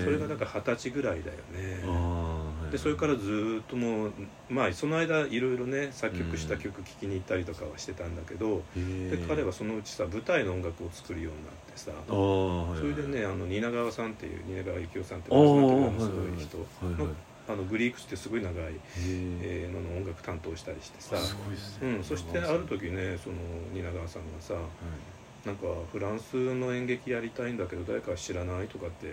S1: え
S3: それがなんか二十歳ぐらいだよ
S1: あ
S3: ね。
S1: ーはい
S3: でそれからずーっともうまあその間いろいろね作曲した曲聴きに行ったりとかはしてたんだけど、
S1: へー
S3: で彼はそのうちさ舞台の音楽を作るようになってさ
S1: あーはいは
S3: それ
S1: い
S3: でねあの蜷川さんっていう蜷川幸雄さんって
S1: あ
S3: いう
S1: ー
S3: 亡くなってからのすごい人
S1: はいはいはい
S3: の
S1: はい
S3: あのグリークスってすごい長い、
S1: へ
S3: えーのの音楽担当したりして
S1: ー
S3: さ
S1: あ、すごいっす
S3: う
S1: ね
S3: ん、そしてある時ねその蜷川さんがさなんかフランスの演劇やりたいんだけど誰か知らないとかって言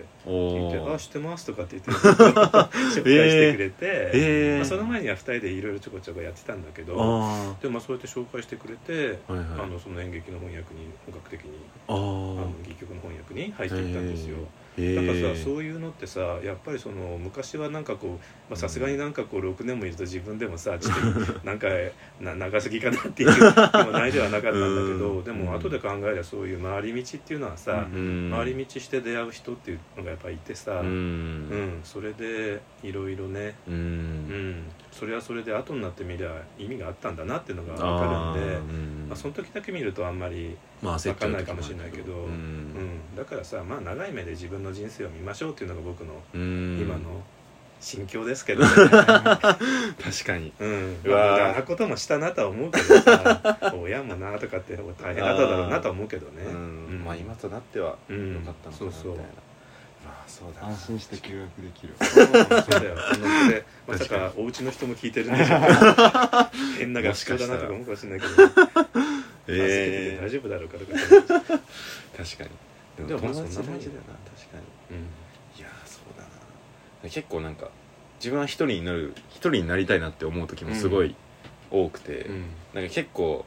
S3: って「
S1: お
S3: あ知ってます」とかって言って 紹介してくれて、
S1: えー
S3: まあ、その前には2人でいろいろちょこちょこやってたんだけど
S1: あ
S3: でもまあそうやって紹介してくれて
S1: あーはいは
S3: あ
S1: い
S3: のその演劇の翻訳に本格的に
S1: あ
S3: あの
S1: ー
S3: 戯曲の翻訳に入っていったんですよ、
S1: へ
S3: だ
S1: ー
S3: からさそういうのってさやっぱりその昔はなんかこうまあさすがになんかこう6年もいると自分でもさちょっ となんかな長すぎかなっていう気 もないではなかったんだけ
S1: う
S3: ど
S1: ん
S3: でも後で考えりゃそういう回り道っていうのはさ、
S1: うん
S3: 回り道して出会う人っていうのがやっぱいてさ、
S1: う
S3: うん
S1: ん
S3: それでいろいろね、
S1: う
S3: うんん、それはそれで後になってみりゃ意味があったんだなっていうのが
S1: あ
S3: 分かるんで
S1: ーうん
S3: まあ、その時だけ見るとあんまり
S1: まあ焦っちゃう時もある
S3: わかんないかもしれないけど
S1: う
S3: うんん、だからさまあ長い目で自分の人生を見ましょうっていうのが僕の
S1: うん
S3: 今の心境です けどね、
S1: 確かに
S3: うん、
S1: うわー
S3: まあ、あんなこともしたなとは思うけどさ 親もなとかって大変だっただろうなとは思うけどね
S1: う
S3: うん
S1: んまあ今となってはよ
S3: うん
S1: かったのか
S3: そ
S1: なみたいう
S3: うそ
S1: なまあそうだな
S2: 安心して休学で きる
S3: そうだよあのこれまさ
S1: 確か
S3: かお家の人も聞いてるんでしょ うか変な合唱だなとか思うかもしれないけど
S1: え
S3: 助けてて大
S1: え
S3: 丈夫だろうかとか、
S1: 確かに
S3: でもまあ
S1: 友達
S3: そんなも
S1: 大
S3: んよ
S1: 事だよな確かに
S3: うん
S1: いやーそうだな結構なんか自分は一人になる一人になりたいなって思う時もすごい多くて、
S3: うん
S1: なんか結構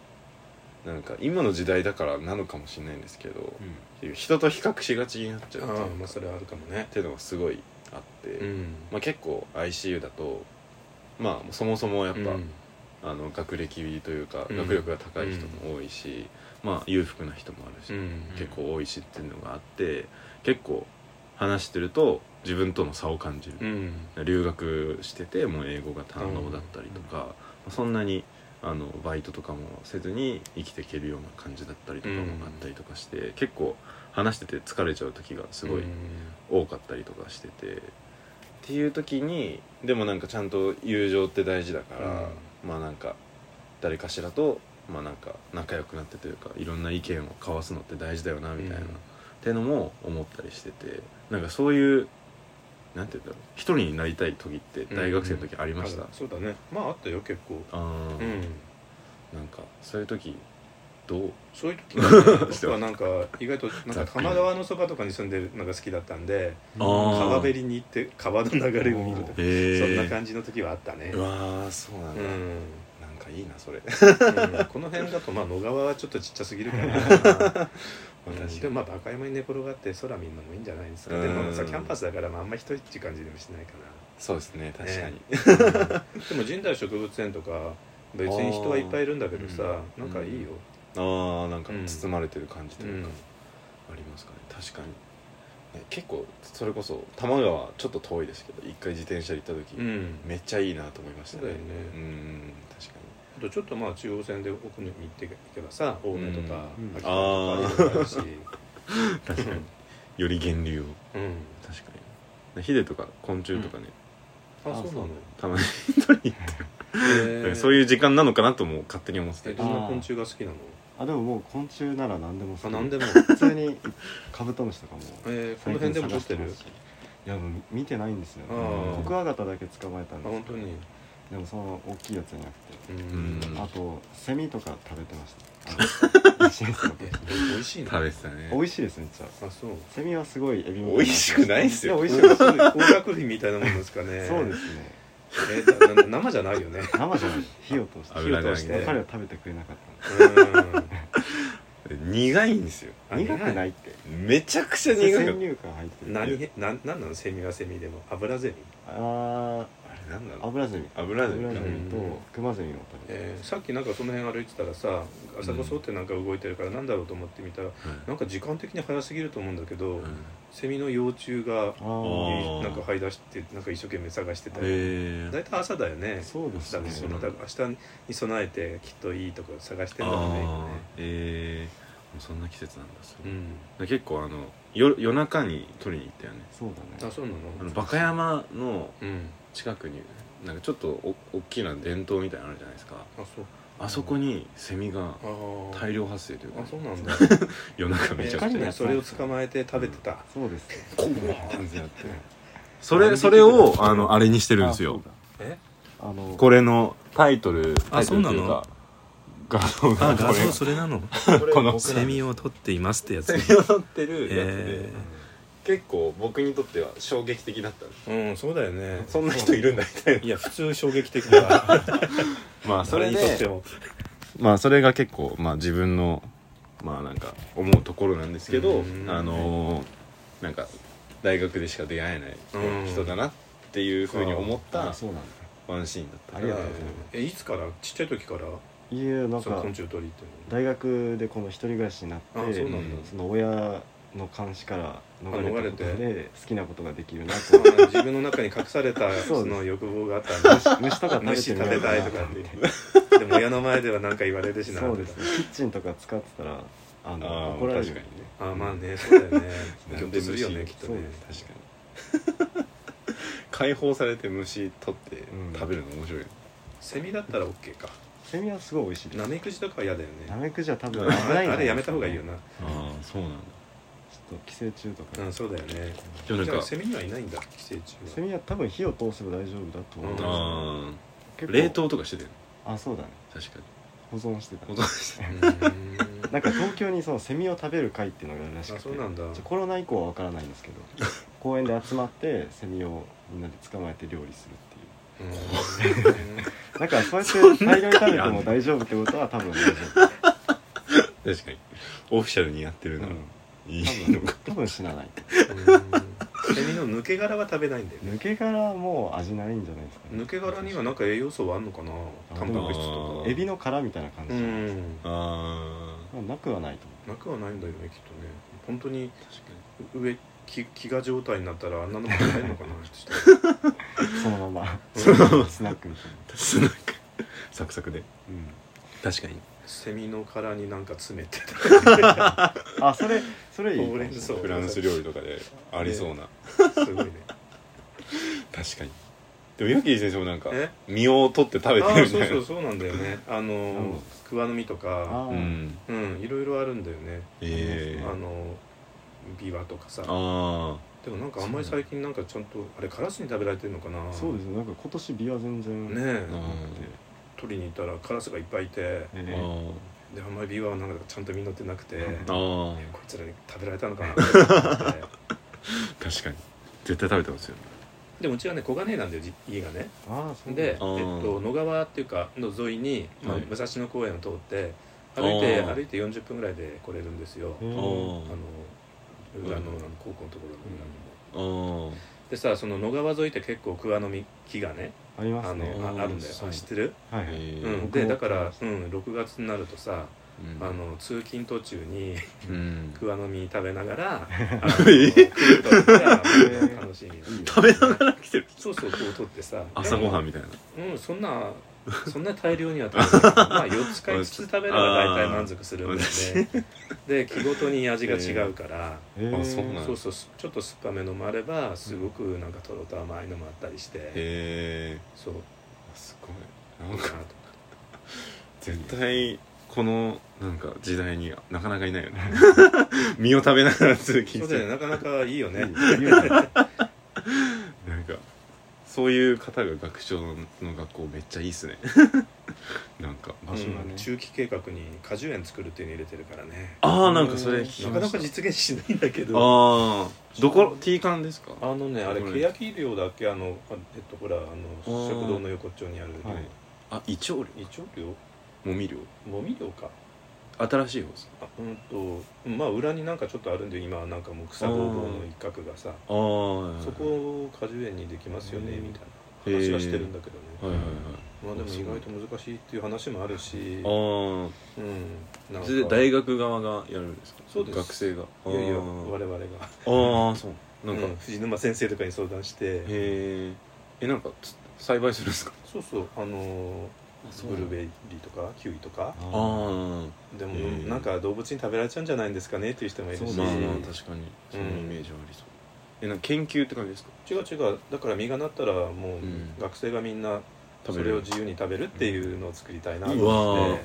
S1: なんか今の時代だからなのかもしれないんですけど、人と比較しがちになっちゃうっていう
S3: あ
S1: か
S3: あまあそれはあるかもね
S1: っていうのがすごいあって、
S3: うん
S1: まあ、結構 ICU だとまあそもそもやっぱ、
S3: うん
S1: あの学歴というか
S3: うん
S1: 学力が高い人も多いし、まあ裕福な人もあるし、
S3: うん
S1: 結構多いしっていうのがあって結構話してると自分との差を感じる
S3: う、ん
S1: 留学しててもう英語が堪能だったりとか、そんなにあのバイトとかもせずに生きていけるような感じだったりとかもあったりとかして、結構話してて疲れちゃう時がすごい多かったりとかしてて、っていう時にでもなんかちゃんと友情って大事だから、まあなんか誰かしらとまあなんか仲良くなってというかいろんな意見を交わすのって大事だよなみたいな、
S3: うん
S1: ってのも思ったりしててなんかそういうなんて言うんだろう一人になりたい時って大学生の時ありました、
S3: あそうだねまああったよ結構
S1: あー
S3: うん
S1: なんかそういう時どう
S3: そういう 時はね僕はなんか意外となん
S1: ざっ
S3: か
S1: くり
S3: 多摩川のそばとかに住んでるのが好きだったんで
S1: あー
S3: 川べりに行って川の流れを見るとか
S1: へ
S3: そんな感じの時はあったね
S1: うわーそうなん
S3: う
S1: だ、
S3: ん
S1: なんかいいなそれ
S3: うんこの辺だとまあ野川はちょっとちっちゃすぎるからうんでもまあバカ山に寝転がって空見るのもいいんじゃないですかでもさ
S1: うん
S3: キャンパスだからまああんま一人っていう感じでもしないかな
S1: そうですね確かに、
S3: でも神代植物園とか別に人はいっぱいいるんだけどさ
S1: うん
S3: なんかいいよ、
S1: あーなんか
S3: うん
S1: 包まれてる感じと
S3: う
S1: いうんか、ありますかね確かにね結構それこそ多摩川ちょっと遠いですけど一回自転車で行った時、
S3: うん
S1: めっちゃいいなと思いました
S3: そうだよね
S1: うん確かに
S3: あとちょっとまあ中央線で奥に行っていけばさ青梅とか
S2: うん
S3: 秋田とかいろいろあるし、
S1: 確かに より源流を
S3: うん、
S1: 確かにヒデとか昆虫とかね、
S3: あそうなの、
S1: たまに、
S3: え
S1: そう
S3: う
S1: いう時間なのかなとも勝手に思って
S3: ど
S1: た
S3: んな昆虫が好きなの
S2: あでももう昆虫なら何でも好
S3: あ
S2: き
S3: 何でも、
S2: 普通にカブトムシとかも
S3: えー、 この辺でも撮ってる
S2: 最近探してますしいやもう見てないんですよ
S3: あ
S1: ー
S2: コクワガタだけ捕まえた
S3: あ
S2: んです
S3: 本当に
S2: でもその大きいやつじゃなくて
S3: うん、
S1: うん
S2: あとセミとか食べてました あの一年生の時
S3: え美味しいの
S1: 食べてたね
S2: 美味しいですめっちゃ
S3: あそう
S2: セミはすごいエビも
S1: 美味しくないっすよ
S2: や美味しいです
S3: 高額費みたいなもんですかね
S2: そうですね
S3: えーなな生じゃないよね
S2: 生じゃない火を通して
S1: 油で揚げ
S2: 火
S1: て
S2: を通して彼は食べてくれなかっ
S3: うん。
S1: 苦いんですよ
S2: たの苦くないいって
S1: めちゃくちゃ苦
S2: 先
S1: い
S2: 入観入ってる
S3: 何へなんなんなのセミはセミでも油ゼミ。
S2: あ
S1: あれなんだ
S2: あ
S1: ろ
S2: 油ゼミ
S1: う油で
S2: 油ゼミと
S3: うん
S2: クマゼミを食べて
S3: えーさっきなんかその辺歩いてたらさ、あそこそうってなんか動いてるからなんだろうと思ってみたら、なんか時間的に早すぎると思うんだけど、セミの幼虫が
S2: あ
S1: ー
S2: ー
S3: なんか這い出してなんか一生懸命探してたり。
S1: え
S3: 大体朝だよね。
S2: そうです
S3: だから
S2: ね
S3: そ
S1: な
S3: の
S1: んだ
S3: だから明日に備えてきっといいとこ探してんだろうね。
S1: あえそんな季節なんです
S3: 今ね
S1: 結構あの夜夜中に取りに行ったよね
S2: そう
S3: うん。
S2: だ
S3: あ
S2: ね
S3: そうな
S1: あの
S3: の。
S1: バカ山の
S3: うん。
S1: 近くになんかちょっとお大きな伝統みたいなのあるじゃないですか
S3: あそう。
S1: あそこにセミが
S3: あー
S1: 大量発生というか
S3: あそうなんだ。
S1: 夜中めちゃくちゃ
S2: え
S3: それを捕まえて食べてた。
S2: そうですね
S1: こう感じになってそれそれをあのあれにしてるんですよ
S3: え？
S2: あの
S1: これのタイトルタ
S3: あ
S1: イトルとい
S3: そうなの
S1: 画像がこれ
S3: それなの。
S1: この
S3: セミを取っていますってやつ。
S1: セミを取ってるやつで、
S3: え
S1: 結構僕にとっては衝撃的だったんです
S3: ーうん、そうだよね。
S1: そんな人いるんだみたい
S3: いや、普通衝撃的だ。
S1: なまあ それ
S3: にとって
S1: で
S3: も。
S1: まあそれが結構まあ自分のまあなんか思うところなんですけど
S3: うん
S1: あのーなんか大学でしか出会えない人だなっていうふうに思った
S2: あそうなんだ
S1: ワンシーンだった
S2: あ
S1: か
S2: り
S1: ら
S2: がとうございます
S3: え、いつから、ちっちゃい時から、
S2: いやなん
S3: その
S2: か
S3: 昆虫取りって
S2: 大学でこの一人暮らしになって
S3: あそうなんだ
S2: その親の監視から逃れたこと
S3: あ逃
S2: で好きなことができるな
S3: いう
S2: と
S3: の。あ自分の中に隠された、
S2: そうで
S3: そ
S2: す
S3: の欲望があったんだ。
S2: 虫とか食べて
S3: 虫
S2: みよ
S3: 食
S2: う
S3: べたいと
S2: な
S3: かって。でも、親の前ではなんか言われるしな。
S2: そうですねキッチンとか使ってたらあの
S1: あー
S2: 怒られる
S1: 確かにね
S3: あ、まあね、そうだよね。
S1: な
S3: ギョ
S1: ん
S3: ッ
S1: で
S3: とするよね、
S1: 虫
S3: きっとね。
S1: 確かに解放されて虫取って
S2: うん
S1: 食べるの面白いよね
S3: セミだったらオッケーか。
S2: セミはすごい美味しいです
S3: ナメクジとかは嫌だよ
S2: ナ
S3: ね。
S2: メクジは多分危
S3: あ
S2: ないんだ
S3: あれやめた方がいいよ
S2: ち
S3: な。
S1: ああそうなんだ
S2: ょっと寄生虫とか、
S3: うん、そうだよね。
S1: でもなん
S3: じゃあ
S1: か
S3: セミにはいないんだ、寄生虫は。
S2: セミは多分火を通せば大丈夫だと思うんですよ
S1: あー
S2: 結構
S1: 冷凍とかしてたよね
S2: あそうだね
S1: 確かに
S2: 保存してた
S1: 保存して
S3: う ーん
S2: なんか東京にそのセミを食べる会っていうのがあるらしく
S3: あ
S2: て
S3: そうなんだ
S2: ちょコロナ以降は分からないんです けど公園で集まってセミをみんなで捕まえて料理するっていう
S3: う
S2: だからそう
S1: そん
S2: や
S1: な
S2: って大量に食べて
S1: 会あんの
S2: も大丈夫ってことは多分大丈
S1: 確かにオフィシャルにやってる
S2: 夫、
S1: な
S2: う
S1: ら
S2: ん、
S1: いいのか
S2: 多分死なない
S3: んセミの抜け殻は食べないんだよね
S2: 抜け殻はもう味ないんじゃないですかね
S3: 抜け殻にはなんか栄養素はあんのかな
S2: あ
S3: タンパク質と
S1: あ
S3: か
S1: ー
S2: エビの殻みたいな感
S3: う
S2: じ、
S3: ん
S1: あ
S2: まあなくはないと
S3: なくはないんだよねきっとね本当に
S1: あ確か
S3: 上飢飢餓状態になったらあんなのも食べるのかなちょっ
S2: 思うそのまま
S3: とその
S2: スナックみたいな、
S1: にスナック サクサクで
S2: う
S1: 確かに
S3: セミの殻になんか詰めて
S2: ん、あそれそれいいかもしれない
S3: ほうれん草
S1: フランス料理とかでありそうな
S3: たすご いね
S1: 確かにでもヤキー先生もなんか
S3: え
S1: 身を取って食べ
S3: あ
S1: て
S3: あ
S1: るみ
S3: そう
S1: たい
S3: そ
S1: な
S3: うそうなんだよねあの
S2: うん
S3: 桑の実とか
S2: あ
S1: うん
S3: うんいろいろあるんだよね
S1: ええ
S3: あのビワとかさ
S1: あ
S3: でもなんかあんまり最近なんかちゃんとあれカラスに食べられてるのかな
S2: そうですねなんか今年ビワ全然
S3: ね
S2: なく
S3: え、
S1: うん
S3: 取りに行ったらカラスがいっぱいいて
S2: て、
S1: ー
S2: えー
S1: あ
S3: であんまりビワはなんかちゃんと実ってなくて
S1: ああ
S3: こいつらに食べられたのかなって思って
S1: あ確かに絶対食べてますよね
S3: でもうちはね小金井なんだよじ家がね
S2: ああそうなんだ
S3: で、えっ
S1: あー
S3: と、野川っていうかの沿いに、まあ
S1: はい
S3: 武蔵野公園を通って歩いて
S1: あー
S3: 歩いて40分ぐらいで来れるんですよ、
S2: うん
S1: あ
S3: あの裏のあの高校のところの裏の、
S1: あー
S3: でさその野川沿いって結構桑の実木がね
S2: あります
S3: あ
S2: ね
S3: のああるんだよ
S1: そう
S3: あ知ってる
S2: はいはい、
S1: え
S3: う
S1: ー
S3: ん、でだか
S2: 僕も
S3: ら
S2: わか、
S3: う
S2: り
S3: ん、6月になるとさ、
S1: うん
S3: あの通勤途中に
S1: うん
S3: 桑の実食べながらあの
S1: え
S3: 来るとしたら楽しみ
S2: いいよ
S1: 食べながら来てる
S3: そうそうこう取ってさ
S1: 朝ごはんみたいな
S3: うんそんなそんな大量には食べないまあ4つか5つ食べれば大体満足するんで、で日ごとに味が違うから、
S2: へー
S1: あそうなんだ
S3: そうそうちょっと酸っぱめのもあればすごくなんかとろと甘いのもあったりして、
S1: へえ
S3: そう
S1: すごいなん
S3: か
S1: か
S3: なと
S1: 絶対このなんか時代になかなかいない よね身を食べながら通勤
S3: そう
S1: す
S3: だよね
S1: る
S3: なかなかいいよね
S2: いいよね
S1: なんかそういう方が学長の学校めっちゃいいっす ねなんか
S2: 場所が
S3: う
S2: ね
S3: ん、中期計画に果樹園作るっていうの入れてるからね
S1: ああなんかそれ聞き
S3: な
S1: ま
S3: かな
S1: し
S3: か
S1: た
S3: 実現しないんだけど
S1: ああどこ T 館ですか
S3: あのねあれ
S1: これ
S3: 欅寮だっけあのあえっとほらあの
S1: ー
S3: 食堂の横っちょにある寮、
S2: はい
S1: あ胃腸量
S3: 一応寮
S1: もみ量
S3: もみ寮か
S1: 新しい方です
S3: あうんとまあ裏になんかちょっとあるんで今はなんかもう草ぼうぼうの一角がさ
S1: ああ
S3: そこを果樹園にできますよね
S2: うん
S3: みたいな話はしてるんだけど
S1: はい
S3: ね
S1: はい
S3: まあでも意外と難しいっていう話もあるし
S1: はい
S3: うん
S1: あ
S3: な
S1: あ
S3: ん
S1: それで
S3: か
S1: 大学側がやるんですか
S3: そうです
S1: 学生が
S3: いやいや
S1: あー
S3: 我々が
S1: ああそうなんか、
S3: う
S1: へ
S3: ん 藤沼先生とかに相談して
S1: ええなんかつ栽培するんですか
S3: そうそうあのーブルーベリーとかキウイとか
S1: あ
S2: あ
S1: ー
S3: でも
S1: へー
S3: なんか動物に食べられちゃうんじゃないんですかねっていう人もいるし
S2: そうです
S1: まあ
S2: ね
S1: まあ確かにそのイメージはありそう、えなんか研究って感じですか
S3: 違う違うだから実がなったらもうんう学生がみんなそれを自由に食べるっていうのを作りたいなと
S1: うわ
S3: 思
S1: ー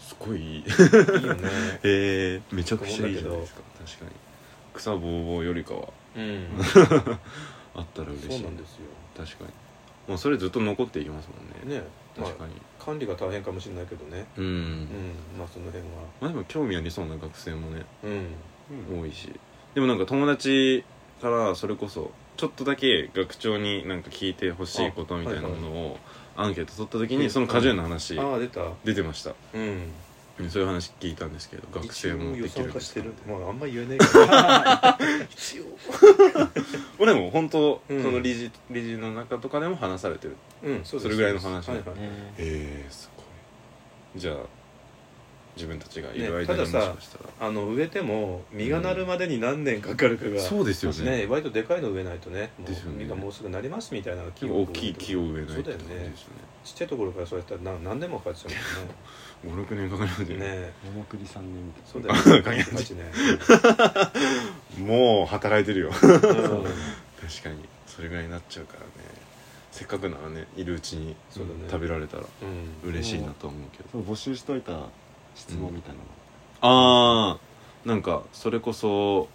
S1: すごいい い
S3: っていいよね
S1: ええめちゃ
S3: くちゃいいじゃないです
S1: か確かに草ぼうぼうよりかは
S3: うん
S1: あったら嬉しい
S3: そうなんですよ
S1: 確かにもうそれずっと残っていきますもんね
S3: ねま
S1: 確か
S3: あ
S1: に、
S3: 管理が大変かもしれないけどね
S1: うん、
S3: うんまあその辺は
S1: まあでも興味ありそうな学生もね
S3: うん
S1: 多いしでもなんか友達からそれこそちょっとだけ学長になんか聞いてほしいことみたいなものをアンケート取った時
S3: う
S1: に
S3: ん
S1: その果樹園の話
S3: ああ出た
S1: 出てました、
S3: うん
S1: うんそういう話聞いたんですけど学生も
S3: 一応予
S1: できる
S3: 算
S1: ん
S3: 化
S1: で
S3: し
S1: す
S3: て
S1: か
S3: るまああんま言えない けど一応
S1: 俺も本当、
S3: うん
S1: その理事理事の中とかでも話されてる
S3: うんそうです
S1: それぐらいの話
S3: はいはい
S2: ね
S1: ええすごいじゃあ自分たちがいる
S3: ね
S1: 間にもした
S3: ださ
S1: かしたら、
S3: あの植えても実がなるまでに何年かかるかが
S1: そうですよね
S3: ね割とでかいの植えないとねもう
S1: ですよね
S3: 実がもうすぐなりますみたいな木
S1: 大きい木を植えない
S3: そう
S1: って
S3: だ
S1: 感
S3: よ
S1: じ
S3: ね
S1: ですよ
S3: ちっちゃいところからそうやったら何何年もかかっちゃう
S1: ね56年かかります
S3: も
S1: よ
S3: ん
S1: ね
S3: ねね
S2: 桃栗3年みたい
S3: そうだよね
S1: 関係ない
S3: マジね
S1: もう働いてるよ
S3: うん
S1: 確かにそれぐらいになっちゃうからねせっかくならねいるうちに
S3: そうだね
S1: 食べられたら
S3: うん
S1: 嬉しいなとは思うけど、
S2: なそう募集しといた質問みたいなの
S1: ああなんかそれこそ